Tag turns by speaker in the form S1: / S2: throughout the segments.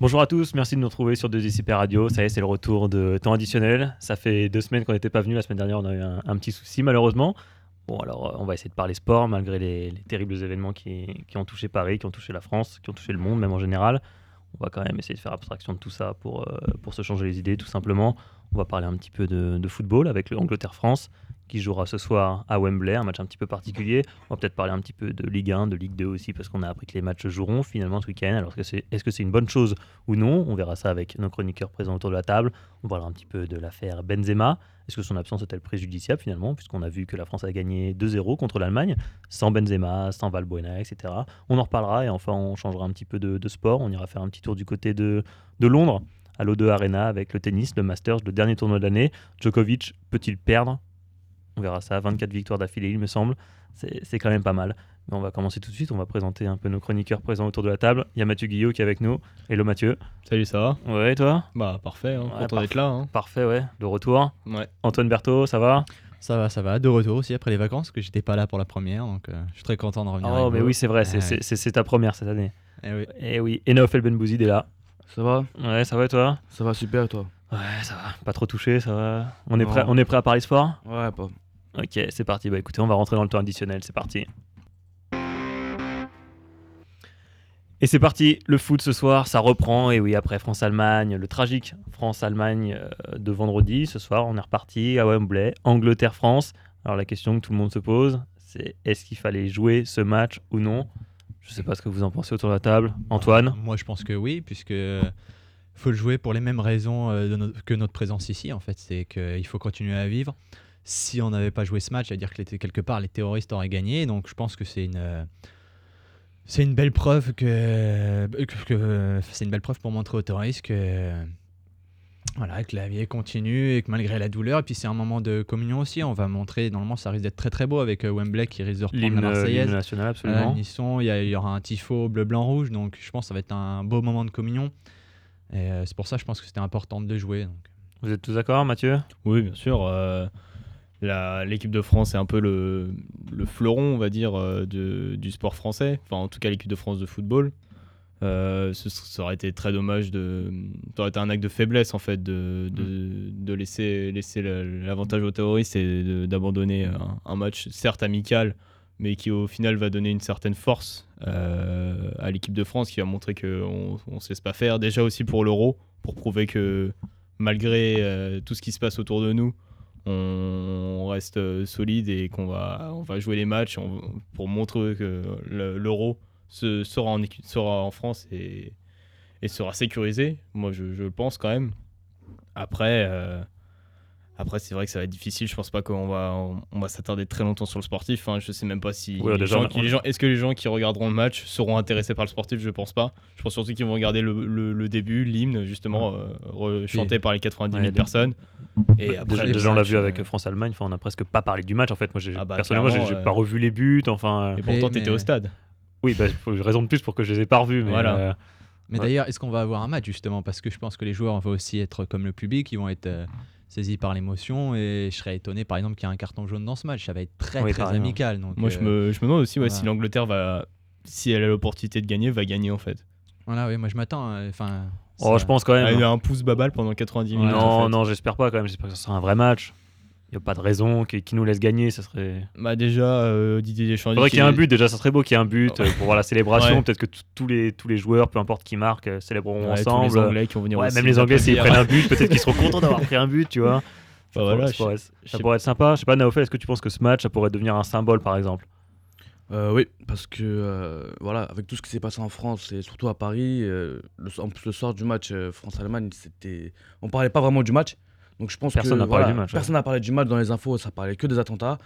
S1: Bonjour à tous, merci de nous retrouver sur 2DCP Radio. Ça y est, c'est le retour de temps additionnel. Ça fait deux semaines qu'on n'était pas venu. La semaine dernière, on a eu un, un petit souci, malheureusement. Bon, alors, euh, on va essayer de parler sport, malgré les, les terribles événements qui, qui ont touché Paris, qui ont touché la France, qui ont touché le monde, même en général. On va quand même essayer de faire abstraction de tout ça pour, euh, pour se changer les idées, tout simplement. On va parler un petit peu de, de football avec l'Angleterre-France, qui jouera ce soir à Wembley, un match un petit peu particulier. On va peut-être parler un petit peu de Ligue 1, de Ligue 2 aussi, parce qu'on a appris que les matchs joueront finalement ce week-end. Alors, que c'est- est-ce que c'est une bonne chose ou non On verra ça avec nos chroniqueurs présents autour de la table. On parlera un petit peu de l'affaire Benzema. Est-ce que son absence est-elle préjudiciable finalement, puisqu'on a vu que la France a gagné 2-0 contre l'Allemagne, sans Benzema, sans Valbuena, etc. On en reparlera et enfin on changera un petit peu de, de sport. On ira faire un petit tour du côté de, de Londres, à l'O2 Arena, avec le tennis, le Masters, le dernier tournoi de l'année. Djokovic peut-il perdre On verra ça. 24 victoires d'affilée, il me semble. C'est c'est quand même pas mal. Mais on va commencer tout de suite. On va présenter un peu nos chroniqueurs présents autour de la table. Il y a Mathieu Guillot qui est avec nous. Hello Mathieu.
S2: Salut, ça va
S1: Ouais, et toi
S2: Bah parfait, hein,
S1: Ouais,
S2: content
S1: parfait.
S2: d'être là. hein.
S1: Parfait, ouais. De retour.
S2: Ouais.
S1: Antoine Berthaud, ça va
S3: Ça va, ça va. De retour aussi après les vacances, parce que j'étais pas là pour la première, donc euh, je suis très content de revenir.
S1: Oh,
S3: avec
S1: mais
S3: vous.
S1: oui, c'est vrai, c'est-
S3: Ah,
S1: c'est c'est- c'est ta première cette année.
S3: Eh oui.
S1: Et oui, et Naofel Benbouzid est là.
S4: Ça va
S1: Ouais, ça va et toi
S4: Ça va super et toi
S1: Ouais, ça va. Pas trop touché, ça va. On est,
S4: Non.
S1: prêt, on est prêt à parler sport
S4: Ouais, pas.
S1: Ok, c'est parti. Bah écoutez, on va rentrer dans le temps additionnel, c'est parti. Et c'est parti, le foot ce soir, ça reprend. Et oui, après France-Allemagne, le tragique France-Allemagne euh, de vendredi, ce soir, on est reparti à Wembley, Angleterre-France. Alors la question que tout le monde se pose, c'est est-ce qu'il fallait jouer ce match ou non Je sais pas ce que vous en pensez autour de la table. Antoine
S3: Bah, Moi, je pense que oui, puisque euh, faut le jouer pour les mêmes raisons euh, de no- que notre présence ici, en fait. C'est qu'il faut continuer à vivre. Si on n'avait pas joué ce match, c'est-à-dire que les t- quelque part, les terroristes auraient gagné. Donc, je pense que c'est une. euh, C'est une belle preuve que, euh, que- que- c'est une belle preuve pour montrer aux terroristes que euh, voilà que la vie est continue et que malgré la douleur et puis c'est un moment de communion aussi on va montrer normalement ça risque d'être très très beau avec euh, Wembley qui risque de reprendre la
S1: L'hymne
S3: Marseillaise Euh,
S1: l'hymne national,
S3: voilà,
S1: absolument.
S3: ils sont, il y, a- il y aura un tifo bleu, blanc, rouge, donc je pense que ça va être un beau moment de communion. Et euh, c'est pour ça, je pense que c'était important de le jouer. donc.
S1: vous êtes tous d'accord, Mathieu
S2: Oui, bien sûr. euh, la- L'équipe de France est un peu le, le fleuron, on va dire, euh, de- du sport français. Enfin, en tout cas, l'équipe de France de football. Euh, ce, ça aurait été très dommage de. Ça aurait été un acte de faiblesse, en fait, de, de, de laisser, laisser la- l'avantage aux terroristes et de- d'abandonner un, un match, certes amical, mais qui au final va donner une certaine force euh, à l'équipe de France, qui va montrer qu'on ne se laisse pas faire. Déjà aussi pour l'Euro, pour prouver que malgré euh, tout ce qui se passe autour de nous, on reste euh, solide et qu'on va, on va jouer les matchs on- pour montrer que le- l'euro se- sera, en, équi- sera en France et, et sera sécurisé. Moi, je, je le pense quand même. Après, euh, après c'est vrai que ça va être difficile. Je pense pas qu'on va, on, on va s'attarder très longtemps sur le sportif. Enfin, je sais même pas si
S1: Ouais,
S2: les
S1: déjà,
S2: gens
S1: on-
S2: qui- les gens- est-ce que les gens qui regarderont le match seront intéressés par le sportif. Je pense pas. Je pense surtout qu'ils vont regarder le, le- le début, l'hymne justement euh, re- chanté par les 90 000
S1: Ouais,
S2: personnes. Et après,
S1: déjà,
S2: le
S1: déjà, on l'a
S2: match,
S1: vu avec
S2: euh,
S1: France-Allemagne, enfin, on n'a presque pas parlé du match en fait. Moi, j'ai-
S2: Ah bah,
S1: personnellement, j'ai
S2: clairement,
S1: j'ai
S2: euh,
S1: pas revu les buts. Enfin, euh,
S2: Et pourtant,
S3: Mais-
S2: t'étais
S3: mais-
S2: au stade.
S1: oui, bah, faut- raison de plus pour que je les ai pas revus. Mais,
S2: Voilà.
S1: euh,
S3: Mais
S1: Ouais.
S3: d'ailleurs, est-ce qu'on va avoir un match justement Parce que je pense que les joueurs vont aussi être comme le public, ils vont être euh, saisis par l'émotion. Et je serais étonné par exemple qu'il y ait un carton jaune dans ce match. Ça va être très
S1: Oui,
S3: très
S1: carrément.
S3: amical. Donc,
S2: Moi, je
S3: euh,
S2: me, je me demande aussi ouais,
S3: voilà.
S2: si l'Angleterre va. Si elle a l'opportunité de gagner, va gagner en fait.
S3: Voilà, oui, moi je m'attends. euh, Enfin,
S1: oh,
S3: ça-
S1: je pense quand même.
S2: Elle a un pouce babal pendant 90 minutes.
S1: non,
S2: en fait.
S1: non, j'espère pas quand même. J'espère que ce sera un vrai match. Il n'y a pas de raison qui nous laisse gagner. Ça serait.
S2: Bah, déjà, euh, Didier Deschamps.
S1: Il
S2: dit
S1: faudrait qu'il y ait
S2: qu'il-
S1: un but. Déjà, ça serait beau qu'il y ait un but
S2: Oh.
S1: euh, pour voir la célébration.
S2: Ouais.
S1: Peut-être que t- tous les tous les joueurs, peu importe qui marque, euh, célébreront
S2: Ouais, tous
S1: ensemble.
S2: les Anglais qui vont venir
S1: Ouais,
S2: aussi
S1: même les
S2: nous
S1: Anglais, s'ils
S2: applaudir.
S1: prennent un but, peut-être qu'ils seront contents d'avoir pris un but, tu vois.
S2: Bah, voilà,
S1: ça,
S2: je-
S1: pourrait,
S2: je
S1: ça
S2: sais
S1: pourrait être sympa. Je sais pas, Naofel, est-ce que tu penses que ce match, ça pourrait devenir un symbole, par exemple
S4: Euh, oui, parce que euh, voilà, avec tout ce qui s'est passé en France et surtout à Paris, euh, le, so- en plus le soir du match euh, France-Allemagne, c'était, on parlait pas vraiment du match. Donc je pense
S1: Personne
S4: que
S1: n'a parlé
S4: voilà,
S1: du match, ouais.
S4: personne n'a parlé du match dans les infos, ça parlait que des attentats.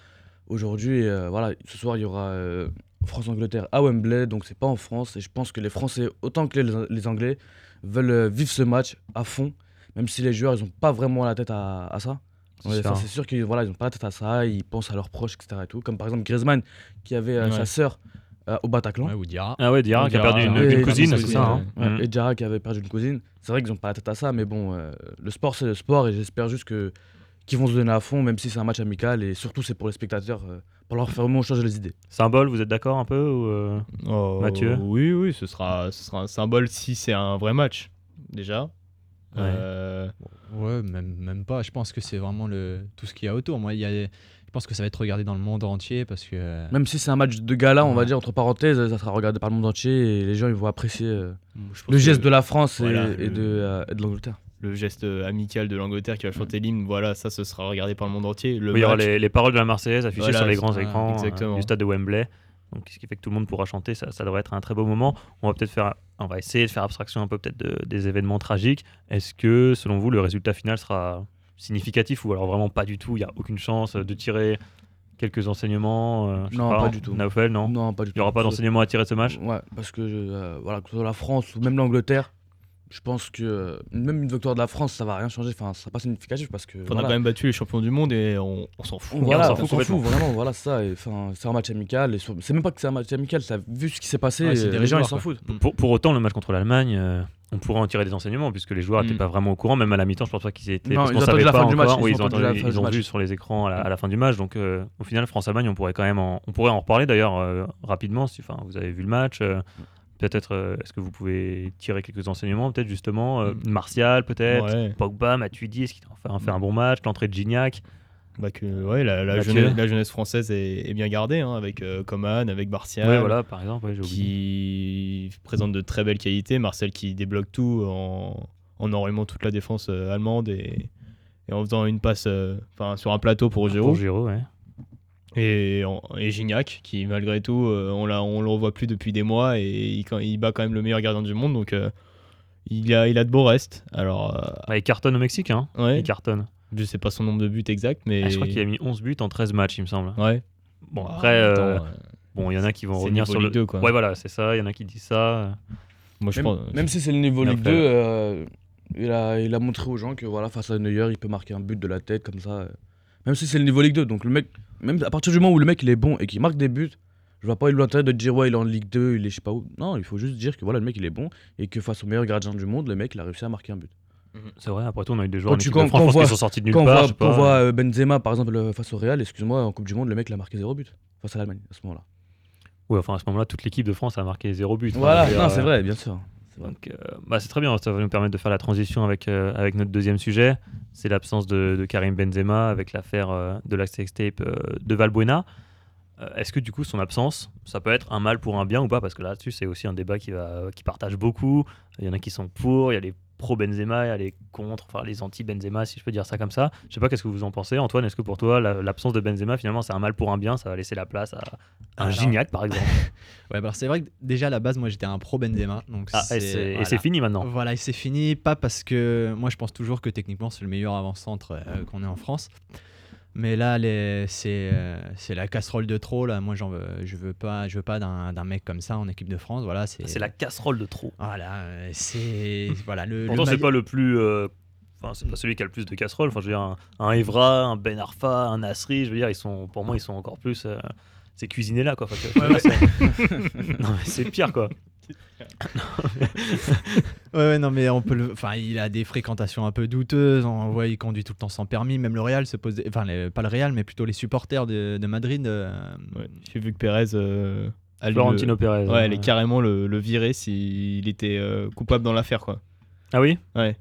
S4: Aujourd'hui, euh, voilà, ce soir il y aura euh, France-Angleterre à Wembley, donc c'est pas en France et je pense que les Français autant que les, les Anglais veulent euh, vivre ce match à fond, même si les joueurs ils ont pas vraiment la tête à, à ça.
S1: C'est
S4: Ouais,
S1: sûr.
S4: enfin, c'est sûr qu'ils voilà, ils n'ont pas la tête à ça, ils pensent à leurs proches, etc. Et tout. Comme par exemple Griezmann, qui avait euh,
S2: Ouais.
S4: sa sœur euh, au Bataclan,
S3: Ouais, ou Dira.
S1: Ah ouais, Dira
S2: On
S1: qui a
S2: dira,
S1: perdu une,
S4: ouais,
S1: une
S4: ouais,
S1: cousine,
S4: ouais,
S1: c'est
S4: ouais,
S1: ça. hein.
S4: ouais,
S1: Mm.
S4: et Jara qui avait perdu une cousine. C'est vrai qu'ils n'ont pas la tête à ça, mais bon, euh, le sport, c'est le sport, et j'espère juste que qu'ils vont se donner à fond, même si c'est un match amical, et surtout c'est pour les spectateurs, euh, pour leur faire au moins changer les idées.
S1: Symbole, vous êtes d'accord un peu ou euh,
S2: Oh,
S1: Mathieu
S2: Oui, oui, ce sera, ce sera un symbole si c'est un vrai match. déjà.
S1: Ouais.
S2: Euh,
S3: Ouais, même, même pas. Je pense que c'est vraiment le, tout ce qu'il y a autour. Moi, il y a- je pense que ça va être regardé dans le monde entier parce que. euh,
S4: Même si c'est un match de gala, on va
S3: Ouais.
S4: dire entre parenthèses, ça sera regardé par le monde entier et les gens ils vont apprécier euh,
S2: je pense
S4: le geste
S2: que
S4: de la France et-
S2: voilà,
S4: et,
S2: le-
S4: de, euh, et de l'Angleterre.
S2: le geste euh, amical de l'Angleterre qui va chanter l'hymne, voilà, ça, ce sera regardé par le monde entier. Le
S1: Mm. Oui, il y aura
S2: match-
S1: les, les paroles de la Marseillaise affichées
S2: Voilà,
S1: sur les
S2: c'est-
S1: grands
S3: ah,
S1: écrans euh,
S2: exactement.
S1: du stade de Wembley. Donc, ce qui fait que tout le monde pourra chanter, ça, ça devrait être un très beau moment. On va peut-être faire, on va essayer de faire abstraction un peu peut-être de- des événements tragiques. Est-ce que, selon vous, le résultat final sera significatif ou alors vraiment pas du tout Il n'y a aucune chance de tirer quelques enseignements euh, je sais
S4: Non, pas du tout.
S1: Naufel, non
S4: Non, pas du tout.
S1: Il n'y aura pas d'enseignement à tirer de ce match
S4: Ouais, parce que euh, voilà, que ce soit la France ou même l'Angleterre, je pense que euh, même une victoire de la France, ça va rien changer. Enfin, ça sera pas significatif parce que.
S2: On
S4: voilà.
S2: a quand même battu les champions du monde et on, on s'en fout.
S4: Voilà,
S1: s'en
S4: on
S1: fout
S4: s'en fout vraiment, voilà ça. et, Enfin, c'est un match amical. et sur- C'est même pas que c'est un match amical, ça, vu ce qui s'est passé,
S3: Ouais, c'est
S4: euh, les gens
S3: dérisoire,
S4: ils s'en
S3: quoi.
S4: foutent.
S2: Mm.
S1: pour, pour autant, le match contre l'Allemagne, euh, on pourrait en tirer des enseignements puisque les joueurs n'étaient
S2: Mm.
S1: pas vraiment au courant, même à la mi-temps, je pense pas qu'ils étaient.
S4: Non,
S1: parce
S4: ils
S1: qu'on
S4: ont
S1: savait
S4: attendu la
S1: pas
S4: fin du match,
S1: encore. Oui,
S4: ils ont attendu la
S1: attendu-
S4: fin
S1: ils
S4: du
S1: ont vu
S4: match. Mm.
S1: sur les écrans à la, à la fin du match. Donc, euh, au final, France-Allemagne, on pourrait quand même, en, on pourrait en reparler d'ailleurs euh, rapidement. Si, enfin, vous avez vu le match. euh, peut-être, euh, est-ce que vous pouvez tirer quelques enseignements, peut-être justement, euh,
S2: Mm.
S1: Martial, peut-être.
S2: Ouais,
S1: Pogba, Matuidi, est-ce qu'il a enfin fait un bon match L'entrée de Gignac
S2: bah que, ouais, la, la
S1: Mathieu.
S2: jeunesse, la jeunesse française est, est bien gardée, hein, avec euh, Coman, avec Barcia,
S1: Ouais, voilà, par exemple. ouais, j'ai oublié.
S2: qui présente de très belles qualités. Marcel qui débloque tout en, en enrôlant toute la défense euh, allemande et, et en faisant une passe euh, enfin, sur un plateau pour Giroud.
S1: Pour Giroud, ouais.
S2: Et, en- et Gignac, qui malgré tout, euh, on l'a- on le revoit plus depuis des mois et il, quand- il bat quand même le meilleur gardien du monde. Donc euh, il, a, il a de beaux restes. Alors,
S1: Ouais, il cartonne au Mexique, hein.
S2: euh, Ah. ouais,
S1: Il cartonne.
S2: je sais pas son nombre de buts exact, mais.
S1: Ah, je crois qu'il a mis 11 buts en 13 matchs, il me semble.
S2: Ouais.
S1: Bon,
S2: Ah,
S1: après,
S2: attends,
S1: euh,
S2: euh,
S1: Bon, il y en a qui vont
S2: C'est
S1: revenir
S2: niveau
S1: sur le.
S2: Ligue 2, quoi.
S1: Ouais, voilà, c'est ça. Il y en a qui disent ça.
S2: moi je
S4: Même,
S2: pense.
S4: même si c'est le niveau
S2: Mais
S4: Ligue 2,
S2: après-
S4: euh, il, a, il a montré aux gens que voilà, face à Neuer, il peut marquer un but de la tête comme ça. euh. Même si c'est le niveau Ligue 2, donc le mec, même à partir du moment où le mec il est bon et qu'il marque des buts, je vois pas l'intérêt de dire ouais, il est en Ligue 2, il est je sais pas où. Non, il faut juste dire que voilà, le mec il est bon et que face au meilleur gardien du monde, le mec il a réussi à marquer un but.
S1: C'est vrai, après tout, on a eu des joueurs
S4: Quand tu-
S1: en équipe de
S4: quand-
S1: France, je
S4: quand
S1: pense qu'ils
S4: on voit-
S1: sont sortis de nulle
S4: Quand on
S1: part. je
S4: voit,
S1: sais
S4: quand on
S1: pas.
S4: voit, euh, Benzema par exemple euh, face au Real, excuse-moi, en Coupe du Monde, le mec il a marqué zéro but face à l'Allemagne à ce moment-là.
S1: Ouais, enfin, à ce moment-là, toute l'équipe de France a marqué zéro but. Enfin,
S4: Voilà,
S1: je veux dire,
S4: non, c'est
S1: euh,
S4: vrai, bien sûr.
S1: Donc, euh, bah, c'est très bien. Ça va nous permettre de faire la transition avec, euh, avec notre deuxième sujet. C'est l'absence de, de Karim Benzema avec l'affaire euh, de la sextape euh, de Valbuena. Euh, Est-ce que du coup son absence, ça peut être un mal pour un bien ou pas Parce que là-dessus, c'est aussi un débat qui, va, qui partage beaucoup. Il y en a qui sont pour, il y a les pro Benzema, il y a les contre, enfin les anti Benzema, si je peux dire ça comme ça. Je sais pas qu'est-ce que vous en pensez, Antoine. Est-ce que pour toi la- l'absence de Benzema finalement c'est un mal pour un bien Ça va laisser la Ah, place à un
S3: Alors-
S1: Gignac par exemple.
S3: Ouais, bah, alors c'est vrai que déjà à la base, moi j'étais un pro Benzema. Donc
S1: Ah, et c'est et
S3: voilà.
S1: c'est fini maintenant.
S3: Voilà, et c'est fini. Pas parce que moi je pense toujours que techniquement c'est le meilleur avant-centre euh, qu'on ait en France. Mais là, les- c'est euh, c'est la casserole de trop. Là. Moi j'en veux, je veux pas, je veux pas d'un d'un mec comme ça en équipe de France. Voilà,
S2: Ah,
S3: c'est
S1: C'est la casserole de trop.
S3: Voilà, euh, c'est. Voilà, le.
S1: Pourtant,
S3: le
S1: c'est
S3: maillot-
S1: pas le plus. euh, Enfin, c'est pas celui qui a le plus de casseroles. Enfin, je veux dire, un, un Evra, un Ben Arfa, un Asri, je veux dire, ils sont, pour moi, ils sont encore plus. euh, c'est cuisiné là, quoi. Enfin, tu vois, c'est- non, mais c'est pire, quoi.
S3: Ouais, ouais, non, mais on peut le. Enfin, il a des fréquentations un peu douteuses. On voit, il conduit tout le temps sans permis. Même le Real se pose. des- Enfin, les- pas le Real, mais plutôt les supporters de, de Madrid. euh,
S2: Ouais, J'ai vu que Pérez. euh, a lu le-
S1: Florentino Pérez. hein.
S2: Ouais, elle est carrément le, le virer s'il était euh, coupable dans l'affaire, quoi.
S1: Ah oui
S2: Ouais.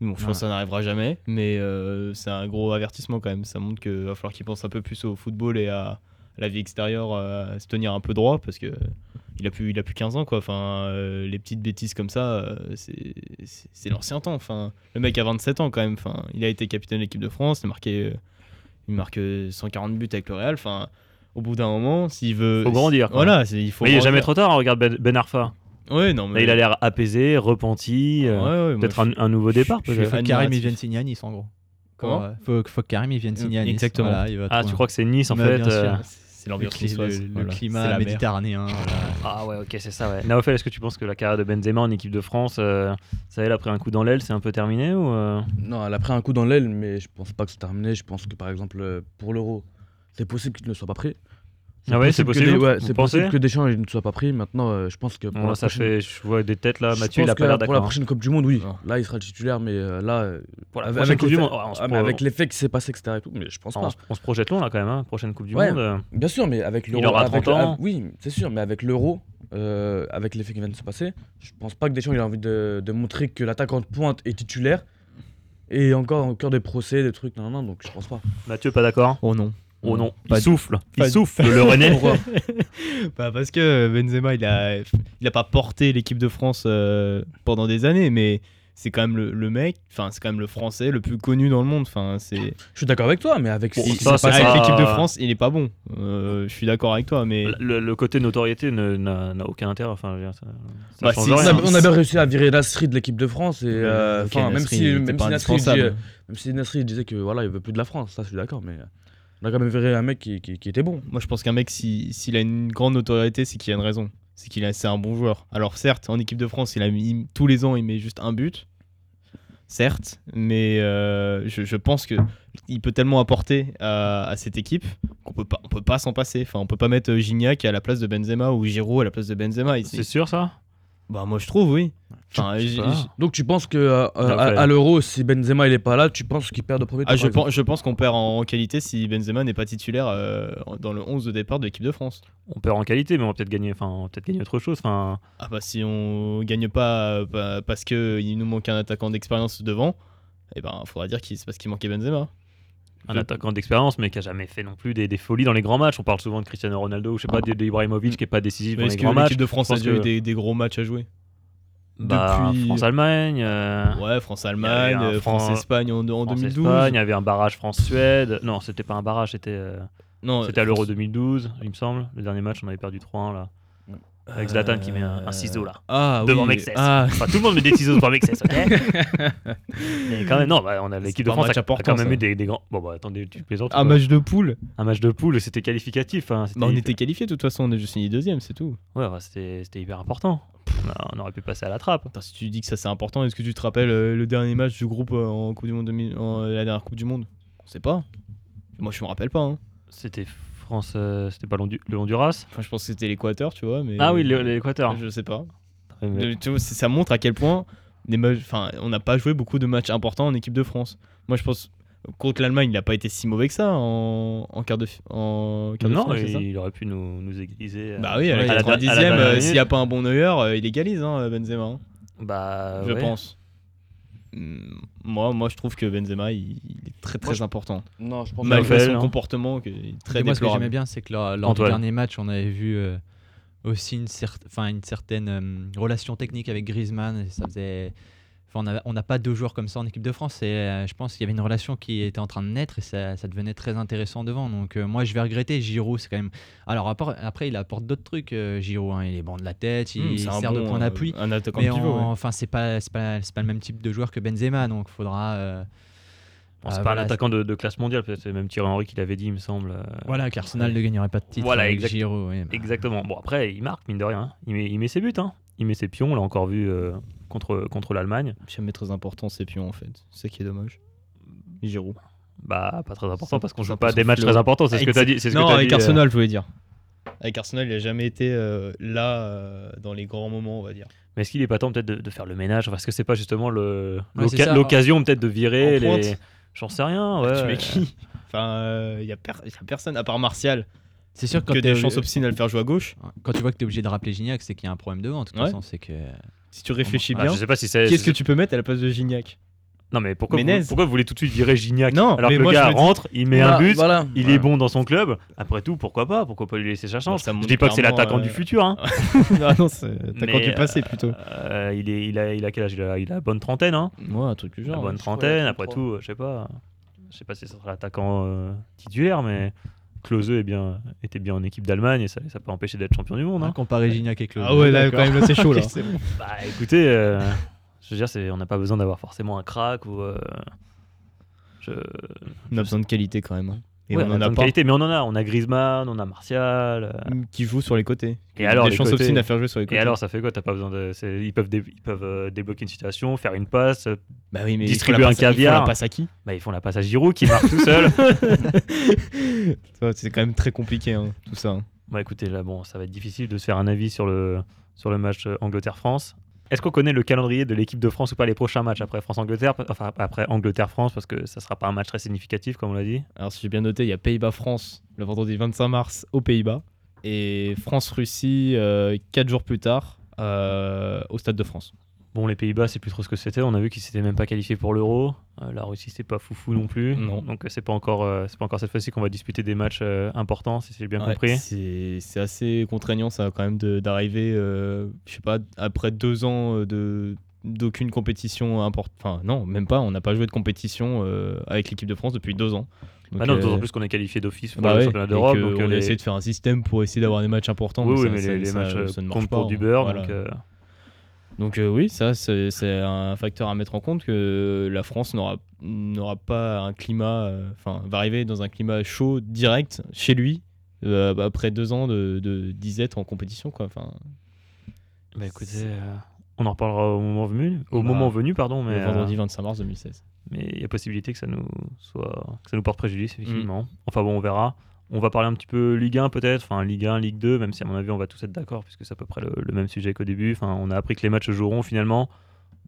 S2: Bon, je
S3: Ouais.
S2: pense que ça n'arrivera jamais, mais euh, c'est un gros avertissement quand même. Ça montre qu'il va falloir qu'il pense un peu plus au football et à la vie extérieure, euh, à se tenir un peu droit, parce que il a plus, il a plus 15 ans, quoi. Enfin, euh, les petites bêtises comme ça, euh, c'est- c'est c'est l'ancien temps. Enfin, le mec a 27 ans quand même. Enfin, il a été capitaine de l'équipe de France, il a marqué, euh, il marque euh, 140 buts avec le Real. Enfin, au bout d'un moment, s'il veut,
S1: Faut grandir, quoi.
S2: Voilà, c'est- il faut.
S1: Mais il est jamais
S2: grandir.
S1: trop tard, hein, regarde Ben, Ben Arfa.
S2: Ouais, non,
S1: Là,
S2: mais
S1: il a l'air apaisé, repenti. euh,
S2: Ouais, ouais, moi,
S1: Peut-être
S2: je
S1: un,
S2: suis-
S1: un nouveau départ,
S2: je suis
S1: peut-être.
S3: Faut que
S2: admiratif.
S3: Karim, il vienne signer à Nice, en gros.
S2: Comment
S3: Pour, euh, faut, faut que Karim, il vienne signer à Nice.
S2: Exactement.
S3: Voilà, il va
S1: Ah,
S3: trouver
S1: tu
S3: un-
S1: crois que c'est Nice, en
S3: Mais
S1: fait
S3: bien sûr.
S1: euh,
S2: Ah, C'est
S3: le,
S2: l'ambiance
S3: cli- le-
S2: française.
S3: le
S2: voilà. C'est
S3: climat
S2: la mer.
S3: méditerranéen. voilà.
S1: Ah ouais, ok, c'est ça, ouais. Naofel, est-ce que tu penses que la carrière de Benzema en équipe de France, euh, ça y est, là, après un coup dans l'aile, c'est un peu terminé ou euh
S4: Non, elle a pris un coup dans l'aile, mais je pense pas que c'est terminé. Je pense que par exemple, euh, pour l'euro, c'est possible qu'il ne soit pas pris.
S1: Ah ouais, c'est possible.
S4: que des- ouais,
S1: vous
S4: c'est
S1: pensez
S4: possible que Deschamps il ne soit pas pris. Maintenant, euh, je pense que pour
S1: Bon,
S4: la
S1: ça fait,
S4: prochaine...
S1: je vois des têtes là.
S4: je
S1: Mathieu, il a
S4: pense
S1: pas
S4: que
S1: l'air
S4: Pour la
S1: d'accord. hein.
S4: prochaine Coupe du Monde, oui.
S2: Non.
S4: Là, il sera le titulaire, mais euh, là, euh,
S1: Pour la
S4: avec-
S1: prochaine
S4: avec
S1: Coupe du
S4: l'effet-
S1: Monde, on se
S4: ah, mais
S1: pro-
S4: avec l'effet que c'est passé, etc. Et tout, mais je pense
S1: on-
S4: pas.
S1: on se- on se projette loin là quand même. hein. Prochaine Coupe du
S4: Ouais.
S1: Monde. euh.
S4: Bien sûr, mais avec l'euro.
S1: aura
S4: avec-
S1: 30 ans.
S4: ah, Oui, c'est sûr, mais avec l'euro, euh, avec l'effet qui vient de se passer, je pense pas que Deschamps il a envie de, de montrer que l'attaquant de pointe est titulaire. Et encore, encore des procès, des trucs, non, non, donc je pense pas.
S1: Mathieu, pas d'accord
S2: Oh non.
S1: Oh non, il
S2: Pas du-
S1: souffle, il
S2: pas du-
S1: souffle, le René.
S2: Bah, parce que Benzema, il a, il a pas porté l'équipe de France euh, pendant des années, mais c'est quand même le, le mec, enfin c'est quand même le français le plus connu dans le monde. Enfin c'est
S4: Je suis d'accord avec toi, mais avec
S1: Bon,
S4: si-
S1: ça,
S4: c'est
S1: ça,
S4: pas
S1: ça-
S2: avec l'équipe de France, il est pas bon. Euh, je suis d'accord avec toi, mais
S1: Le, le côté notoriété ne- n'a n'a aucun intérêt. Enfin, je veux dire, ça, ça
S2: Bah,
S1: change
S2: si,
S4: On
S1: rien.
S4: a, on a bien réussi à virer Nasri de l'équipe de France et euh,
S2: Ok,
S4: enfin, même
S2: Nasri,
S4: si
S2: il était
S4: même
S2: pas
S4: si Nasri, il dit, euh,
S2: indispensable.
S4: même si Nasri, il disait que voilà il veut plus de la France, ça je suis d'accord, mais euh, on a quand même viré un mec qui, qui- qui était bon.
S2: Moi, je pense qu'un mec, si- s'il a une grande notoriété, c'est qu'il y a une raison. C'est qu'il a- c'est un bon joueur. Alors, certes, en équipe de France, il a mis, il- tous les ans, il met juste un but. Certes, mais euh, je, je pense que il peut tellement apporter à, à cette équipe qu'on peut pas, on peut pas s'en passer. Enfin, on peut pas mettre euh, Gignac à la place de Benzema ou Giroud à la place de Benzema. Il-
S1: C'est sûr, ça
S2: Bah, moi, je trouve, oui. Enfin,
S1: Je sais
S2: j-
S1: pas.
S2: j-
S4: Donc tu penses que euh, euh,
S1: Non,
S4: à,
S1: ouais.
S4: à l'Euro, si Benzema il est pas là, tu penses qu'il perd de premier
S2: Ah,
S4: tour,
S2: je,
S4: par exemple
S2: pense, je pense qu'on perd en, en qualité si Benzema n'est pas titulaire euh, dans le 11 de départ de l'équipe de France.
S1: On perd en qualité, mais on va peut-être gagner, enfin, on va peut-être gagner autre chose. Enfin,
S2: Ah bah si on gagne pas euh, pa- parce que il nous manque un attaquant d'expérience devant, eh ben faudra dire qu'il c'est parce qu'il manquait Benzema.
S1: un
S2: Je-
S1: attaquant d'expérience, mais qui a jamais fait non plus des, des folies dans les grands matchs. On parle souvent de Cristiano Ronaldo, ou je sais pas, d'Ibrahimovic qui est pas décisif
S2: Mais
S1: dans les
S2: Est-ce que
S1: grands matchs.
S2: l'équipe de France
S1: je
S2: a
S1: pense
S2: déjà eu
S1: que-
S2: des, des gros matchs à jouer
S1: Bah,
S2: depuis-
S1: France-Allemagne, euh,
S2: Ouais,
S1: Il y
S2: France-Allemagne,
S1: avait un
S2: euh,
S1: Fran-
S2: France-Espagne en, en 2012.
S1: France-Espagne, il y avait un barrage France-Suède. Non, c'était pas un barrage, c'était euh,
S2: Non,
S1: c'était à l'Euro 2012, il me semble. Le dernier match, on avait perdu 3-1 là. Avec Zlatan qui met un, un ciseau là.
S2: Ah,
S1: Devant
S2: oui.
S1: Mexès.
S2: Ah,
S1: Enfin, tout le monde met des ciseaux devant Mexès, ok Mais quand même, non, bah, on a
S2: C'est
S1: l'équipe de
S2: pas un
S1: France
S2: match
S1: a, a
S2: important,
S1: quand même
S2: ça.
S1: eu des, des grands. Bon, bah attendez, tu plaisantes.
S2: un
S1: ou quoi
S2: match de poule.
S1: Un match de poule, c'était qualificatif. hein, c'était
S2: Bah, on
S1: hyper-
S2: était qualifié de toute façon, on a juste fini deuxième, c'est tout.
S1: Ouais, bah, c'était c'était hyper important. On, a- on aurait pu passer à la trappe.
S2: Attends, si tu dis que ça c'est important, est-ce que tu te rappelles euh, le dernier match du groupe euh, en Coupe du Monde 2000 en- euh, la dernière Coupe du Monde On sait pas. Moi je me rappelle pas. hein.
S1: C'était France, euh, c'était pas l'Hondu- le Honduras.
S2: Enfin, je pense que c'était l'Équateur, tu vois, mais
S1: Ah oui, le- l'Équateur.
S2: Je sais pas.
S1: Ouais, mais-
S2: De- tu vois, c'est- ça montre à quel point des ma- enfin, on n'a pas joué beaucoup de matchs importants en équipe de France. Moi, je pense contre l'Allemagne, il n'a pas été si mauvais que ça en, en quart de fi- en quart de
S1: Non,
S2: finale, c'est ça
S1: il, il aurait pu nous, nous égaliser. euh,
S2: bah oui, à
S1: à
S2: la
S1: la- à la
S2: 90 e
S1: dernière minute.
S2: s'il n'y a pas un bon Neuer, euh, il égalise hein, Benzema, hein,
S1: Bah,
S2: je
S1: ouais.
S2: pense. Hmm, Moi, moi, je trouve que Benzema, il, il est très
S4: Moi,
S2: très
S4: je-
S2: important.
S4: Non, je pense pas.
S2: Malgré
S1: Raphaël,
S2: son
S1: non
S2: comportement, que, il est très
S3: Et moi, ce que j'aimais
S2: déplorable.
S3: bien, hein. c'est que lors, lors du
S1: Antoine.
S3: dernier match, on avait vu euh, aussi une, cer- enfin, une certaine euh, relation technique avec Griezmann. et ça faisait... enfin, on n'a on n'a pas deux joueurs comme ça en équipe de France. Et euh, je pense qu'il y avait une relation qui était en train de naître et ça, ça devenait très intéressant devant. Donc, euh, moi, je vais regretter Giroud. C'est quand même. Alors, apport- après, il apporte d'autres trucs, euh, Giroud. hein. Il est bon de la tête, il,
S2: Hmm, c'est un
S3: sert de
S2: bon,
S3: point
S2: euh,
S3: d'appui.
S2: Un attaquant
S3: Mais
S2: pivot,
S3: en-
S2: ouais.
S3: enfin, c'est pas, c'est pas, c'est pas le même type de joueur que Benzema. Donc, faudra. euh,
S1: Bon, c'est
S3: Ah,
S1: pas
S3: voilà,
S1: un attaquant de, de classe mondiale, peut-être. C'est même Thierry Henry qui l'avait dit, il me semble. euh,
S3: voilà, qu'Arsenal ne gagnerait pas de titre
S1: Voilà,
S3: avec
S1: exact-
S3: Giroud. bah. oui.
S1: Exactement. Bon, après, il marque, mine de rien. hein. Il met, il met ses buts, hein. Il met ses pions, on l'a encore vu euh, contre, contre l'Allemagne.
S2: Jamais très important, ces pions, en fait. C'est ça qui est dommage. Giroud.
S1: Bah, pas très important
S2: C'est-
S1: parce qu'on
S2: c'est
S1: joue
S2: un
S1: pas
S2: peu
S1: des
S2: son
S1: matchs
S2: flow.
S1: très importants, c'est ce que
S2: Ex-
S1: t'as dit. c'est ce que
S2: non,
S1: t'as
S2: avec
S1: dit, euh,
S2: Arsenal, je voulais dire. Avec Arsenal, il n'a jamais été euh, là euh, dans les grands moments, on va dire.
S1: Mais est-ce qu'il est pas temps peut-être de, de faire le ménage Parce que c'est pas justement le-
S3: Ouais,
S1: l'oca-
S3: c'est ça.
S1: l'occasion peut-être de virer
S2: En pointe. Ah,
S1: les. J'en sais rien, ouais. Bah,
S2: tu mets qui Enfin, euh, il n'y a, per- il y a personne, à part Martial,
S3: C'est sûr que quand
S2: que
S3: t'es-
S2: des chances obscines à le faire jouer à gauche.
S3: Quand tu vois que tu es obligé de rappeler Gignac, c'est qu'il y a un problème devant. De toute
S2: Ouais.
S3: façon, c'est que.
S2: Si tu réfléchis
S1: Ah,
S2: bien,
S1: je sais pas si c'est.
S2: qu'est-ce que tu peux mettre à la place de Gignac
S1: Non, mais pourquoi,
S2: Menez.
S1: vous, pourquoi vous voulez tout de suite virer Gignac
S2: Non,
S1: Alors
S2: mais
S1: que le
S2: moi, je
S1: gars
S2: me dis- bah,
S1: rentre, il met un
S4: Voilà,
S1: but,
S4: voilà.
S1: il
S4: Voilà.
S1: est bon dans son club. Après tout, pourquoi pas Pourquoi pas lui laisser sa chance
S2: ça
S1: Je
S2: montre
S1: dis pas que c'est
S2: clairement,
S1: l'attaquant
S2: euh,
S1: du futur, hein.
S2: Ah non, c'est attaquant
S1: Mais,
S2: du passé
S1: euh,
S2: plutôt.
S1: Euh, il, est, il, a, il a quel âge il a, il a la bonne trentaine, hein
S2: Moi, un truc du
S1: La
S2: genre.
S1: bonne
S4: je crois,
S1: trentaine,
S4: il a
S1: après
S4: 33.
S1: tout, euh, je sais pas. Je sais pas si ce sera l'attaquant euh, titulaire, mais Klose est bien, était bien en équipe d'Allemagne et ça ça peut empêcher d'être champion du monde. hein.
S3: comparer Gignac hein. et Claude.
S2: Ah ouais, là, quand même, là, c'est chaud, là.
S1: Bah écoutez, euh, je veux dire, c'est- on n'a pas besoin d'avoir forcément un crack ou. euh, je-
S2: On a besoin de qualité quand même. hein. Et
S1: Ouais, a
S2: on en
S1: besoin
S2: a
S1: de
S2: pas.
S1: qualité, mais on en a. On a Griezmann, on a Martial. euh,
S2: Qui joue sur les côtés.
S1: Et alors,
S2: Des
S1: les
S2: chances
S1: côtés-
S2: obscines à faire jouer sur les côtés.
S1: Et alors, ça fait quoi T'as pas besoin de. c'est- Ils peuvent, dé- ils peuvent euh, débloquer une situation, faire une passe. euh,
S2: Bah oui, mais ils font
S1: Distribuer
S2: la
S1: un
S2: passe à- ils font
S1: caviar.
S2: la passe à qui
S1: Bah, ils font la passe à Giroud qui marque tout seul.
S2: Ça, C'est quand même très compliqué, hein, tout ça. hein.
S1: Bon, écoutez, là, bon, ça va être difficile de se faire un avis sur le, sur le match euh, Angleterre-France. Est-ce qu'on connaît le calendrier de l'équipe de France ou pas les prochains matchs après France-Angleterre Enfin, après Angleterre-France, parce que ça sera pas un match très significatif, comme on l'a dit.
S2: Alors, si j'ai bien noté, il y a Pays-Bas-France le vendredi 25 mars aux Pays-Bas. et France-Russie euh, quatre jours plus tard euh, au Stade de France.
S1: Bon, les Pays-Bas, c'est plus trop ce que c'était. On a vu qu'ils s'étaient même pas qualifiés pour l'Euro. Euh, la Russie, c'est pas foufou non plus.
S2: Non.
S1: Donc, euh, c'est pas encore, euh, c'est pas encore cette fois-ci qu'on va disputer des matchs euh, importants, si j'ai bien
S2: Ouais,
S1: compris.
S2: C'est c'est assez contraignant, ça, quand même, de- d'arriver, euh, je sais pas, après deux ans euh, de d'aucune compétition importante. Enfin, non, même pas. On n'a pas joué de compétition euh, avec l'équipe de France depuis deux ans. Donc,
S1: Bah non,
S2: euh,
S1: d'autant plus qu'on est qualifié d'office pour
S2: bah
S1: le
S2: ouais,
S1: championnat
S2: et
S1: d'Europe.
S2: que
S1: Donc,
S2: on
S1: euh,
S2: a
S1: les...
S2: essayé de faire un système pour essayer d'avoir des matchs importants.
S1: oui, oui,
S2: mais ça-
S1: mais
S2: ça-
S1: les, les
S2: ça-
S1: matchs euh,
S2: ça ne marche
S1: comptent
S2: pas,
S1: pour du
S2: on-
S1: beurre.
S2: voilà.
S1: Donc, euh,
S2: Donc euh, oui, ça c'est c'est un facteur à mettre en compte que la France n'aura n'aura pas un climat, euh, enfin va arriver dans un climat chaud direct chez lui euh, après deux ans de, de disette en compétition quoi. Enfin,
S1: bah, écoutez, euh, on en reparlera au moment venu, au
S2: Bah,
S1: moment venu pardon,
S2: le
S1: mais euh,
S2: vendredi 25 mars 2016.
S1: mais il y a possibilité que ça nous soit, que ça nous porte préjudice effectivement.
S2: Mm.
S1: Enfin bon, on verra. On va parler un petit peu Ligue 1 peut-être, enfin Ligue 1, Ligue 2, même si à mon avis on va tous être d'accord puisque c'est à peu près le, le même sujet qu'au début. Enfin, on a appris que les matchs se joueront finalement.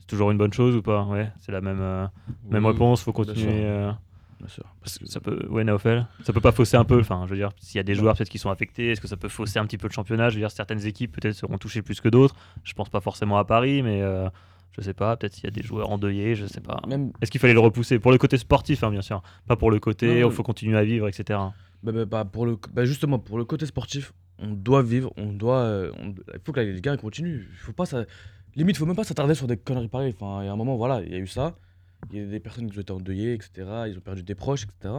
S1: C'est toujours une bonne chose ou pas Ouais, c'est la même euh, même réponse. Faut
S4: bien sûr.
S1: continuer. euh,
S4: Bien sûr. Parce que
S1: Ça peut, ouais, Naofel, ça peut pas fausser un peu. Enfin, je veux dire, s'il y a des joueurs peut-être qui sont affectés, est-ce que ça peut fausser un petit peu le championnat Je veux dire, certaines équipes peut-être seront touchées plus que d'autres. Je pense pas forcément à Paris, mais euh, je sais pas. Peut-être s'il y a des joueurs endeuillés, je sais pas.
S4: même
S1: Est-ce qu'il fallait le repousser pour le côté sportif, hein, bien sûr, pas pour le côté
S4: Non,
S1: il
S4: non.
S1: faut continuer à vivre, etc.
S4: Bah, bah, bah, pour le, bah, justement, pour le côté sportif, on doit vivre, on doit, euh, on- il faut que la Ligue 1 continue. Il faut pas ça, limite, faut même pas s'attarder sur des conneries pareilles. Enfin, il y a un moment, voilà, il y a eu ça. Il y a des personnes qui ont été endeuillées, etc. Ils ont perdu des proches, etc.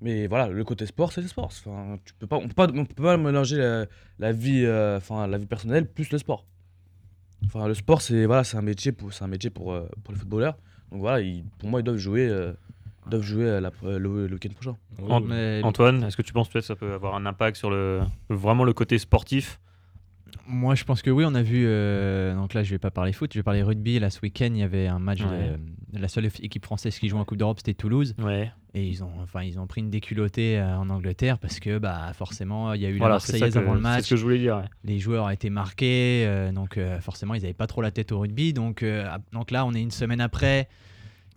S4: Mais voilà, le côté sport, c'est le sport. Enfin, tu peux pas, on peut pas, on peut pas mélanger la, la vie, euh, enfin, la vie personnelle plus le sport. Enfin, le sport, c'est voilà, c'est un métier pour, c'est un métier pour, euh, pour les footballeurs. Donc voilà, ils- pour moi, ils doivent jouer, euh, ils doivent jouer euh, la- euh, le- le week-end prochain.
S1: En- Antoine, est-ce que tu penses peut-être que ça peut avoir un impact sur le vraiment le côté sportif
S3: Moi, je pense que oui, on a vu. euh, donc là, je vais pas parler foot, je vais parler rugby. Là, ce week-end, il y avait un match. de-
S1: Ouais.
S3: la seule équipe française qui joue en Coupe d'Europe, c'était Toulouse.
S1: Ouais.
S3: Et ils ont, enfin, ils ont pris une déculottée euh, en Angleterre parce que, bah, forcément, il y a eu la
S1: Voilà, c'est ça
S3: Marseillaise
S1: que,
S3: avant le
S1: c'est
S3: match.
S1: ce que je voulais dire. ouais.
S3: les joueurs ont été marqués, euh, donc euh, forcément ils n'avaient pas trop la tête au rugby. Donc, euh, à- donc là, on est une semaine après.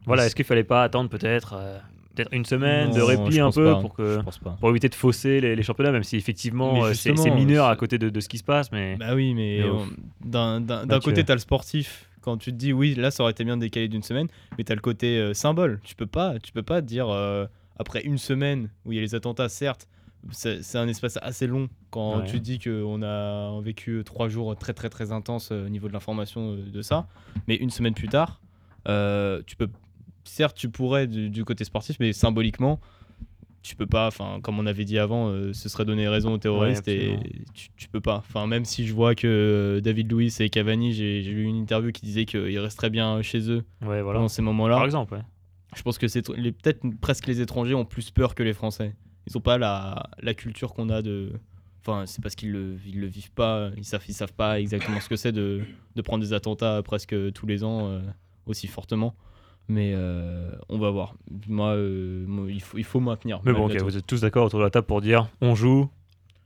S1: Voilà, est-ce qu'il fallait pas attendre peut-être euh, peut-être une semaine de
S2: Non,
S1: répit
S2: je
S1: un
S2: pense
S1: peu
S2: pas,
S1: pour que
S2: Je pense pas.
S1: pour éviter de fausser les, les championnats, même si effectivement
S2: Mais
S1: euh, c'est
S2: justement,
S1: c'est mineur
S2: c'est-
S1: à côté de, de ce qui se passe, mais
S2: Bah oui, mais
S1: Mais
S2: euh,
S1: ouf.
S2: d'un d'un-
S1: Bah,
S2: d'un
S1: tu-
S2: côté, t'as le sportif. Quand tu te dis, oui, là, ça aurait été bien de décaler d'une semaine, mais t'as le côté euh, symbole. Tu peux pas, tu peux pas dire, euh, après une semaine où il y a les attentats, certes, c'est c'est un espace assez long quand
S1: Ouais.
S2: tu te dis qu'on a vécu euh, trois jours très, très, très intenses euh, au niveau de l'information euh, de ça, mais une semaine plus tard, euh, tu peux, certes, tu pourrais du, du côté sportif, mais symboliquement, tu peux pas, enfin, comme on avait dit avant, euh, ce serait donner raison aux terroristes
S1: Ouais,
S2: et
S1: absolument.
S2: tu, tu peux pas. Enfin, même si je vois que euh, David Louis et Cavani, j'ai j'ai lu une interview qui disait qu'ils resteraient bien chez eux
S1: ouais, voilà.
S2: Bah, pendant ces
S1: Par
S2: moments-là.
S1: exemple, ouais.
S2: Je pense que c'est les- peut-être presque les étrangers ont plus peur que les Français. Ils ont pas la, la culture qu'on a de. Enfin, c'est parce qu'ils le, ils le vivent pas, ils savent, ils savent pas exactement ce que c'est de, de prendre des attentats presque tous les ans euh, aussi fortement. Mais euh, on va voir. Moi, euh, moi, il, faut, il faut maintenir.
S1: Mais bon,
S2: malgré
S1: ok,
S2: tout.
S1: vous êtes tous d'accord autour de la table pour dire on joue,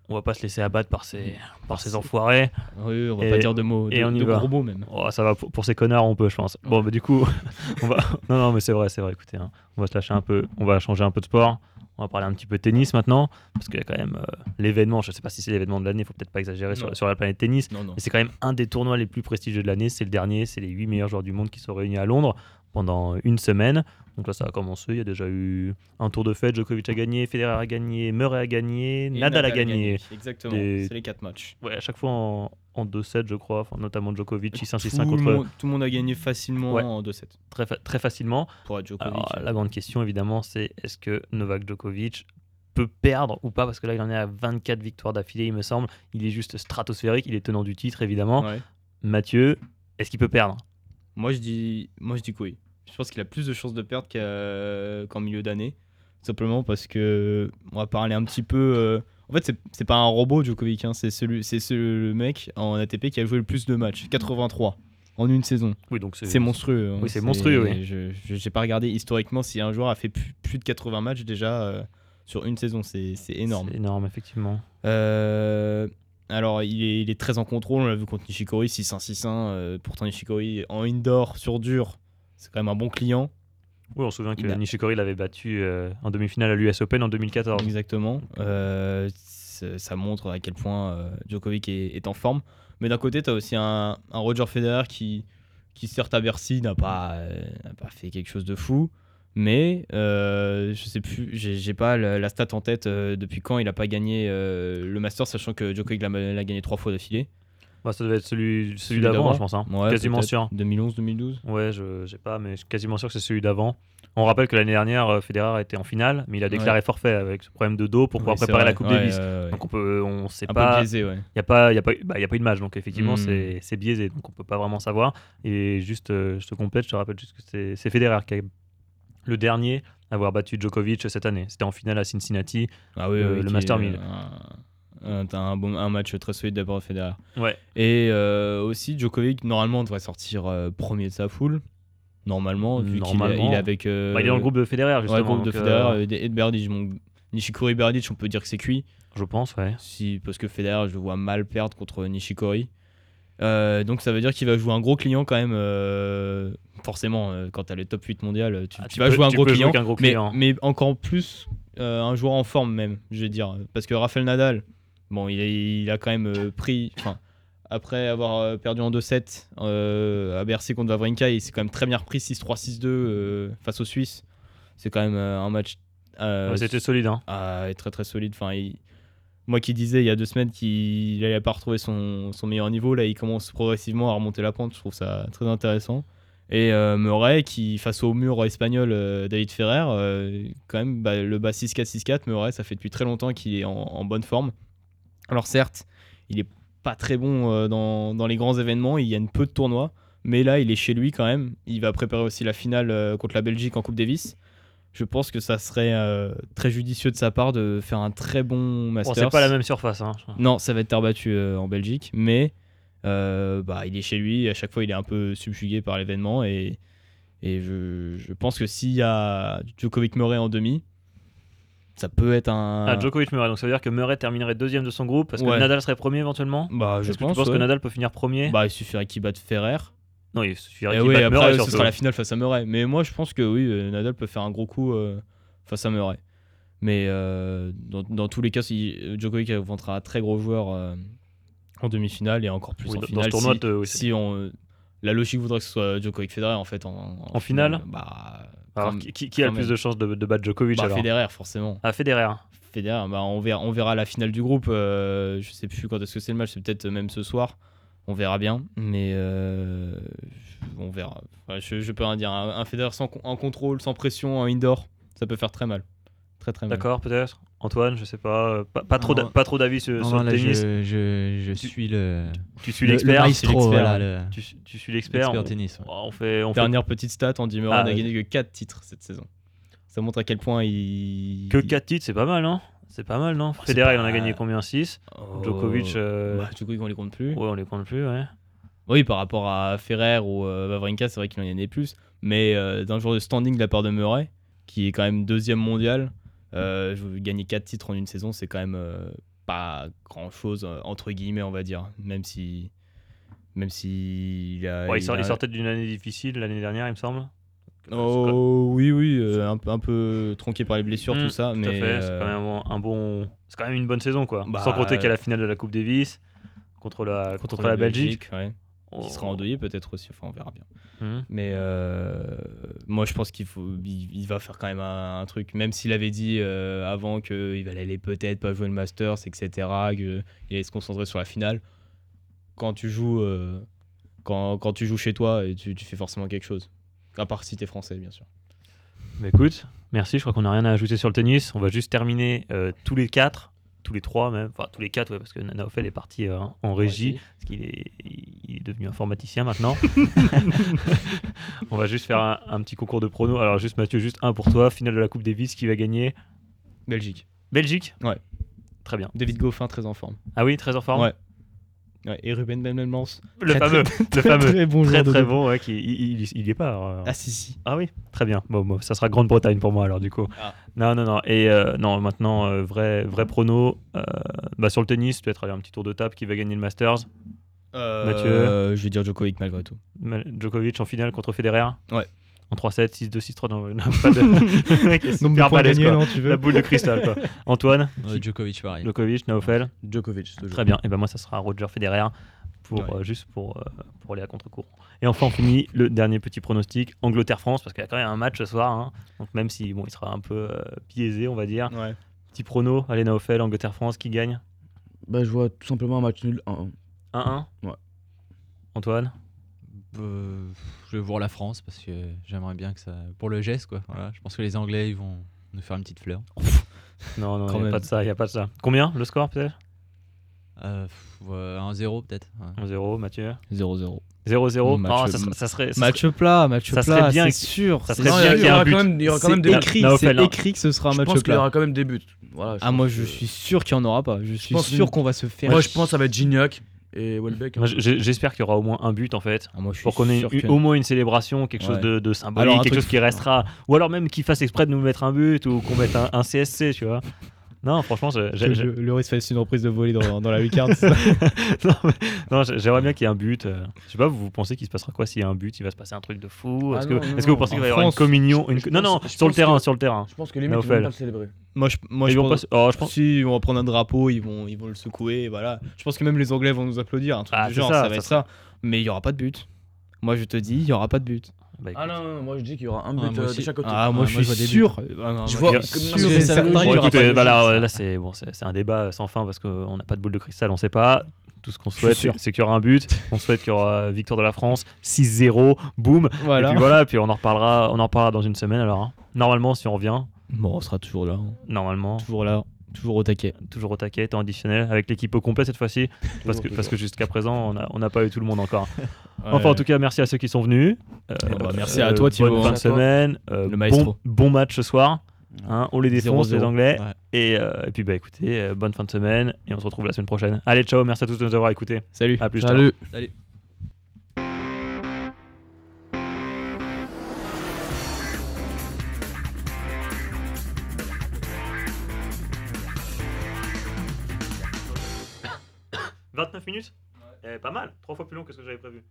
S1: on va pas se laisser abattre par ces, par ces enfoirés.
S2: Oui, on va
S1: Et-
S2: pas dire de mots, de,
S1: et on y
S2: de
S1: va.
S2: gros mots même.
S1: Oh, ça va, pour, pour ces connards, on peut, je pense. Bon, bah, du coup, on va. Non, non, mais c'est vrai, c'est vrai, écoutez, hein, on va se lâcher un peu, on va changer un peu de sport. On va parler un petit peu de tennis maintenant, parce qu'il y a quand même euh, l'événement, je sais pas si c'est l'événement de l'année, faut peut-être pas exagérer sur,
S2: Non.
S1: sur la planète tennis,
S2: Non, non.
S1: Mais c'est quand même un des tournois les plus prestigieux de l'année. C'est le dernier. C'est les 8 meilleurs joueurs du monde qui sont réunis à Londres pendant une semaine. Donc là, ça a commencé. Il y a déjà eu un tour de fête. Djokovic a gagné, Federer a gagné, Murray a gagné,
S2: Et
S1: Nadal, a gagné.
S2: Exactement,
S1: Des-
S2: c'est les quatre matchs.
S1: Ouais, à chaque fois en, en 2-7, je crois. Enfin, notamment Djokovic,
S2: tout,
S1: 6-1-6-1
S2: le
S1: contre
S2: monde, tout le monde a gagné facilement
S1: Ouais.
S2: en 2-7
S1: très, fa- très facilement.
S2: pour être Djokovic.
S1: Alors, la grande question, évidemment, c'est est-ce que Novak Djokovic peut perdre ou pas Parce que là, il en est à 24 victoires d'affilée, il me semble. Il est juste stratosphérique. Il est tenant du titre, évidemment.
S2: Ouais.
S1: Mathieu, est-ce qu'il peut perdre
S2: Moi, je dis, moi, je dis que oui. Je pense qu'il a plus de chances de perdre qu'à- qu'en milieu d'année. Tout Simplement parce que on va parler un petit peu. euh, En fait, c'est- c'est pas un robot, Djokovic. hein. C'est celui, c'est ce- le mec en ATP qui a joué le plus de matchs, 83 en une saison.
S1: Oui, donc
S2: C'est monstrueux. hein.
S1: Oui, c'est monstrueux, oui.
S2: Je je- j'ai pas regardé historiquement si un joueur a fait plus, plus de 80 matchs déjà euh, sur une saison. C'est c'est énorme.
S1: C'est énorme, effectivement.
S2: Euh, alors, il est, il est très en contrôle, on l'a vu contre Nishikori, 6-1, 6-1. euh, pourtant, Nishikori en indoor, sur dur, c'est quand même un bon client.
S1: Oui, on se souvient que
S2: Il a-
S1: Nishikori l'avait battu euh, en demi-finale à l'US Open en 2014.
S2: Exactement. Euh, c'est- ça montre à quel point euh, Djokovic est, est en forme. Mais d'un côté, tu as aussi un, un Roger Federer qui, qui certes à Bercy, n'a pas, euh, n'a pas fait quelque chose de fou. Mais euh, je sais plus, j'ai j'ai pas la, la stat en tête euh, depuis quand il a pas gagné euh, le Master, sachant que Djokovic l'a l'a gagné trois fois d'affilée.
S1: Bah, ça devait être celui, celui,
S2: Celui
S1: d'avant,
S2: d'avant.
S1: je pense. hein.
S2: Ouais,
S1: quasiment
S2: peut-être.
S1: sûr.
S2: 2011, 2012.
S1: Ouais, je sais pas, mais je suis quasiment sûr que c'est celui d'avant. On rappelle que l'année dernière, euh, Federer était en finale, mais il a déclaré forfait avec ce problème de dos pour pouvoir
S2: Ouais, c'est
S1: préparer
S2: vrai.
S1: la Coupe
S2: Ouais,
S1: Davis.
S2: ouais, ouais.
S1: Donc on peut, on sait
S2: Un peu
S1: pas.
S2: biaisé, ouais.
S1: Il n'y a, pas- y a, pas eu- bah, y a pas eu de match, donc effectivement,
S2: Mm.
S1: c'est c'est biaisé, donc on peut pas vraiment savoir. Et juste, euh, je te complète, je te rappelle juste que c'est- c'est Federer qui est le dernier à avoir battu Djokovic cette année. C'était en finale à Cincinnati.
S2: Ah oui,
S1: Le-
S2: oui,
S1: le
S2: qui est euh,
S1: Master 1000.
S2: Un, un- t'as un bon, un match très solide d'abord Federer.
S1: Ouais.
S2: Et euh, aussi, Djokovic, normalement, devrait sortir euh, premier de sa foule. Normalement, vu qu'il est-
S1: Normalement.
S2: il est avec. euh,
S1: Bah, il est dans le groupe de Federer,
S2: ouais,
S1: justement.
S2: le groupe de
S1: donc, euh,
S2: Federer et de- et de Berdych. Bon, Nishikori Berdych, on peut dire que c'est cuit.
S1: Je pense, ouais.
S2: Si, parce que Federer, je le vois mal perdre contre Nishikori. Euh, donc ça veut dire qu'il va jouer un gros client quand même. euh, forcément, euh, quand t'as le top 8 mondial, euh, tu,
S1: Ah,
S2: tu
S1: tu
S2: vas
S1: peux-
S2: jouer un
S1: tu
S2: gros
S1: peux jouer
S2: client.
S1: qu'un gros
S2: mais-
S1: client. hein.
S2: Mais, encore plus euh, un joueur en forme même, je vais dire. Parce que Rafael Nadal, bon, il, est- il a quand même euh, pris... Enfin, après avoir euh, perdu en 2-7 euh, à Bercy contre Vavrinka, il s'est quand même très bien repris 6-3, 6-2 euh, face aux Suisses. C'est quand même euh, un match... euh,
S1: Ouais, C'était solide, hein.
S2: ah, est très très solide. Enfin, il- Moi qui disais il y a deux semaines qu'il n'allait pas retrouver son, son meilleur niveau, là il commence progressivement à remonter la pente, je trouve ça très intéressant. Et euh, Murray qui, face au mur espagnol euh, David Ferrer, euh, quand même bah, le bas 6-4-6-4, Murray ça fait depuis très longtemps qu'il est en, en bonne forme. Alors certes, il est pas très bon euh, dans, dans les grands événements, il gagne peu de tournois, mais là il est chez lui quand même, il va préparer aussi la finale euh, contre la Belgique en Coupe Davis je pense que ça serait euh, très judicieux de sa part de faire un très bon
S1: Bon,
S2: master.
S1: c'est pas la même surface. Hein.
S2: Non, ça va être terre battue euh, en Belgique, mais euh, bah, il est chez lui, à chaque fois il est un peu subjugué par l'événement et, et je, je pense que s'il y a Djokovic Murray en demi, ça peut être un.
S1: Ah, Djokovic Murray, donc ça veut dire que Murray terminerait deuxième de son groupe parce que
S2: Ouais.
S1: Nadal serait premier éventuellement.
S2: bah, je
S1: Est-ce que
S2: pense,
S1: tu penses
S2: ouais.
S1: que Nadal peut finir premier
S2: bah, il suffirait qu'il batte Ferrer.
S1: Non, il suffirait
S2: Et
S1: qu'il
S2: Eh oui,
S1: batte Murray
S2: après, ce
S1: surtout.
S2: sera la finale face à Murray. Mais moi, je pense que oui, euh, Nadal peut faire un gros coup euh, face à Murray. Mais euh, dans, dans tous les cas, si, euh, Djokovic affrontera un très gros joueur euh, en demi-finale et encore plus
S1: Oui,
S2: en
S1: dans- dans
S2: finale.
S1: ce tournoi,
S2: si,
S1: te- oui, c'est-
S2: si on, euh, la logique voudrait que ce soit Djokovic Federer en fait en,
S1: En finale
S2: Bah,
S1: Alors,
S2: comme-
S1: qui, qui- qui a
S2: quand
S1: le plus
S2: même.
S1: de chances de, de battre Djokovic
S2: bah,
S1: alors
S2: Federer forcément.
S1: Ah, Federer.
S2: Federer, bah, on verra, on verra la finale du groupe. euh, je sais plus quand est-ce que c'est le match, c'est peut-être même ce soir. On verra bien, mais euh, on verra. Enfin, je, je peux rien dire. Un, un Federer sans con- en contrôle, sans pression, en indoor, ça peut faire très mal, très très mal.
S1: D'accord, peut-être. Antoine, je sais pas. euh, Pas, pas trop
S3: Non.
S1: d'a- pas trop d'avis sur,
S3: Non,
S1: sur
S3: non,
S1: le
S3: là, je,
S1: tennis.
S3: je, je suis le,
S1: Tu suis
S3: le, le
S1: l'expert.
S2: maïs.
S3: maestro,
S2: l'expert,
S3: voilà,
S2: ouais.
S3: le-
S1: Tu, tu suis l'expert.
S3: l'expert
S1: On,
S3: tennis. ouais.
S1: on fait, on fait
S2: Dernière petite stat, Andy Murray
S1: Ah,
S2: n'a
S1: ouais.
S2: gagné que 4 titres cette saison. Ça montre à quel point il
S1: que 4 titres, c'est pas mal, non C'est pas mal, non
S2: c'est
S1: Federer, il
S2: pas-
S1: en a gagné combien 6
S2: Oh.
S1: Djokovic, euh,
S2: Bah, Djokovic, on les compte plus.
S1: ouais, on les compte plus, ouais.
S2: Oui, par rapport à Ferrer ou euh, Wawrinka, c'est vrai qu'il en gagnait plus. Mais euh, d'un joueur de standing de la part de Murray, qui est quand même deuxième mondial, euh, je- gagner 4 titres en une saison, c'est quand même euh, pas grand chose, entre guillemets, on va dire. Même si. Même si. Il, a,
S1: Ouais, il,
S2: il
S1: sort-
S2: a-
S1: il sortait d'une année difficile l'année dernière, il me semble.
S2: Oh, oui, oui, euh, un, peu- un peu tronqué par les blessures,
S1: Mm,
S2: tout ça.
S1: Tout
S2: mais,
S1: à fait, c'est
S2: euh,
S1: quand même un bon, c'est quand même une bonne saison quoi.
S2: Bah,
S1: Sans compter qu'il y a
S2: euh,
S1: la finale de la Coupe Davis contre la contre, la, Belgique.
S2: ouais.
S1: Oh.
S2: Il sera endeuillé peut-être aussi, enfin on verra bien.
S1: Hmm.
S2: Mais euh, moi, je pense qu'il faut, il, il va faire quand même un, un truc. Même s'il avait dit euh, avant qu'il allait peut-être pas jouer le Masters, etc., qu'il allait se concentrer sur la finale. Quand tu joues, euh, quand, quand tu joues chez toi, et tu, tu fais forcément quelque chose. À part si t'es français, bien sûr.
S1: Bah, écoute, merci. Je crois qu'on n'a rien à ajouter sur le tennis. On va juste terminer euh, tous les quatre, tous les trois même, enfin tous les quatre ouais, parce que Nana Ophel est parti euh, en régie parce qu'il est, il est devenu informaticien maintenant. On va juste faire un, un petit concours de pronos. Alors juste Mathieu, juste un pour toi. Finale de la Coupe Davis, qui va gagner
S2: Belgique.
S1: Belgique.
S2: Ouais.
S1: Très bien.
S2: David Goffin, très en forme.
S1: Ah oui, très en forme.
S2: Ouais. Ouais, et Ruben Belmans.
S1: Le
S2: Très,
S1: fameux, le
S2: Très,
S1: fameux.
S2: très bon
S1: Très
S2: joueur de
S1: très
S2: double.
S1: bon, ouais, qui, il, il- il y est pas. alors.
S2: Ah si, si.
S1: Ah oui, très bien. Bon, bon, ça sera Grande-Bretagne pour moi alors du coup.
S2: Ah.
S1: Non, non, non. Et euh, non, maintenant, euh, vrai, vrai prono. euh, bah, sur le tennis, peut-être aller un petit tour de table qui va gagner le Masters.
S2: Euh,
S1: Mathieu.
S2: je vais dire Djokovic malgré tout.
S1: Mal- Djokovic en finale contre Federer.
S2: Ouais.
S1: en 3-7, 6-2, 6-3. Non, non, pas de... Le mec est
S2: Nombre de
S1: super
S2: points
S1: balèze,
S2: gagnés,
S1: quoi.
S2: non, tu veux
S1: La boule de cristal, quoi. Antoine,
S3: Euh, Djokovic, pareil.
S1: Djokovic, Naofel.
S4: Djokovic, ce
S1: Très
S4: jeu.
S1: bien. Et ben moi, ça sera Roger Federer pour
S2: Ouais.
S1: euh, juste pour euh, pour aller à contre-courant. Et enfin, on finit le dernier petit pronostic Angleterre-France parce qu'il y a quand même un match ce soir. hein. Donc même si bon, il sera un peu euh, biaisé, on va dire.
S2: Ouais.
S1: Petit prono, allez Naofel, Angleterre-France qui gagne
S4: Bah, je vois tout simplement un match nul 1-1.
S1: 1-1.
S4: Ouais.
S1: Antoine,
S3: Euh, je vais voir la France parce que j'aimerais bien que ça. Pour le geste, quoi. Voilà. Je pense que les Anglais, ils vont nous faire une petite fleur.
S1: non, non,
S2: Quand
S1: il n'y a
S2: même.
S1: pas de ça, il y a pas de ça. Combien le score peut-être
S3: Euh, pff, ouais, 1-0 peut-être. ouais.
S1: 1-0, Mathieu.
S2: 0-0.
S1: 0-0.
S2: Match-
S1: Ah, ça serait, ça serait- ça serait-
S2: Match plat, match
S1: Ça serait
S2: plat,
S1: bien
S2: c'est
S1: que-
S2: sûr.
S1: ça
S2: c'est
S1: serait
S4: Non, il
S2: sûr.
S4: y a-
S1: bien
S4: il y
S1: qu'il y ait un
S4: aura
S1: but.
S4: quand même- il y aura quand même
S2: C'est
S4: des buts.
S2: écrit,
S1: Naofel, hein.
S2: c'est
S1: non.
S2: écrit que ce sera un
S4: Je
S2: match
S4: pense qu'il y
S2: plat.
S4: aura quand même des buts. Voilà,
S2: Ah, moi
S4: pense
S2: je
S4: que-
S2: suis sûr qu'il n'y en aura pas. Je suis
S4: pense
S2: sûr
S4: une-
S2: qu'on va se faire.
S4: Moi, je pense que ça va être Gignac et Welbeck. hein.
S1: Moi, j'ai- J'espère qu'il y aura au moins un but en fait.
S2: Ah, moi, je suis
S1: pour qu'on ait
S2: sûr
S1: une-
S2: que-
S1: au moins une célébration, quelque chose
S2: Ouais.
S1: de, de symbolique,
S2: Alors, un
S1: quelque
S2: truc
S1: chose qui
S2: fou, hein.
S1: restera. Ou alors même qu'il fasse exprès de nous mettre un but ou qu'on mette un, un CSC, tu vois. Non, franchement, je-
S2: que
S1: j'ai- j'ai-
S2: le- le risque fasse une reprise de volée dans, dans la lucarne.
S1: non, mais- non, j'ai- j'aimerais bien qu'il y ait un but. euh. Je sais pas, vous pensez qu'il se passera quoi s'il y a un but Il va se passer un truc de fou
S4: Ah
S1: Est-ce que,
S4: non, non,
S1: est-ce que vous
S4: non.
S1: pensez qu'il
S2: En
S1: va y avoir une
S2: France,
S1: communion une-
S4: je
S1: Non, non,
S4: pense- je
S1: sur le
S4: pense
S1: terrain,
S4: que-
S1: sur le terrain.
S4: Je pense que limite, ils vont
S1: Naofel.
S4: même pas le célébrer.
S2: moi, je, moi,
S1: Ils
S2: je
S1: vont
S2: pense.
S1: pas se- oh, je pense-
S2: Si, on va prendre un drapeau, ils vont, ils vont le secouer, et voilà. Je pense que même les Anglais vont nous applaudir, un truc
S1: Ah,
S2: du
S1: c'est
S2: genre,
S1: ça,
S2: ça,
S1: ça
S2: va être ça. Mais il n'y aura pas de but. Moi, je te dis, il n'y aura pas de but.
S1: Bah, écoute.
S4: Ah non, non, non, moi je dis qu'il y aura un but
S3: Ah, moi
S4: euh, de
S3: aussi.
S4: chaque côté.
S2: Ah, moi,
S3: moi,
S2: je
S3: je vois des
S2: suis
S3: buts.
S2: sûr. Ah, non,
S4: Je
S2: moi,
S4: vois-
S2: je
S4: comme-
S2: suis
S4: non,
S2: sûr
S4: mais
S2: et
S4: c'est
S2: certain
S4: logique.
S2: qu'il y
S1: Bon,
S2: aura
S1: écoutez,
S2: pas de
S1: bah
S2: but.
S1: là, euh, là, c'est bon, c'est c'est un débat sans fin parce qu'on n'a pas de boule de cristal, on sait pas. Tout ce qu'on
S2: suis
S1: souhaite,
S2: sûr.
S1: c'est qu'il y aura un but. On souhaite qu'il y aura euh, victoire de la France, 6-0, boum. Et
S2: Voilà.
S1: puis voilà, puis on en reparlera, on en reparlera dans une semaine alors. hein. Normalement, si on revient,
S2: Bon, on sera toujours là. hein.
S1: normalement,
S2: Toujours là. Toujours au taquet.
S1: toujours au taquet, temps additionnel, avec l'équipe au complet cette fois-ci, parce que, parce que jusqu'à présent, on n'a on n'a pas eu tout le monde encore. Enfin, en tout cas, merci à ceux qui sont venus. Euh,
S2: bah, merci à toi, Thibaut,
S1: Bonne
S2: hein.
S1: fin de
S4: Merci à toi.
S1: semaine, euh,
S2: Le
S1: bon,
S2: maestro.
S1: bon match ce soir. hein. on les défonce,
S2: 0-0.
S1: les Anglais.
S3: Ouais.
S1: Et, euh, et puis, bah écoutez, euh, bonne fin de semaine, et on se retrouve la semaine prochaine. Allez, ciao, merci à tous de nous avoir écoutés.
S2: Salut.
S1: À plus tard.
S4: Salut.
S1: Eh, minutes Pas mal, trois fois plus long que ce que j'avais prévu.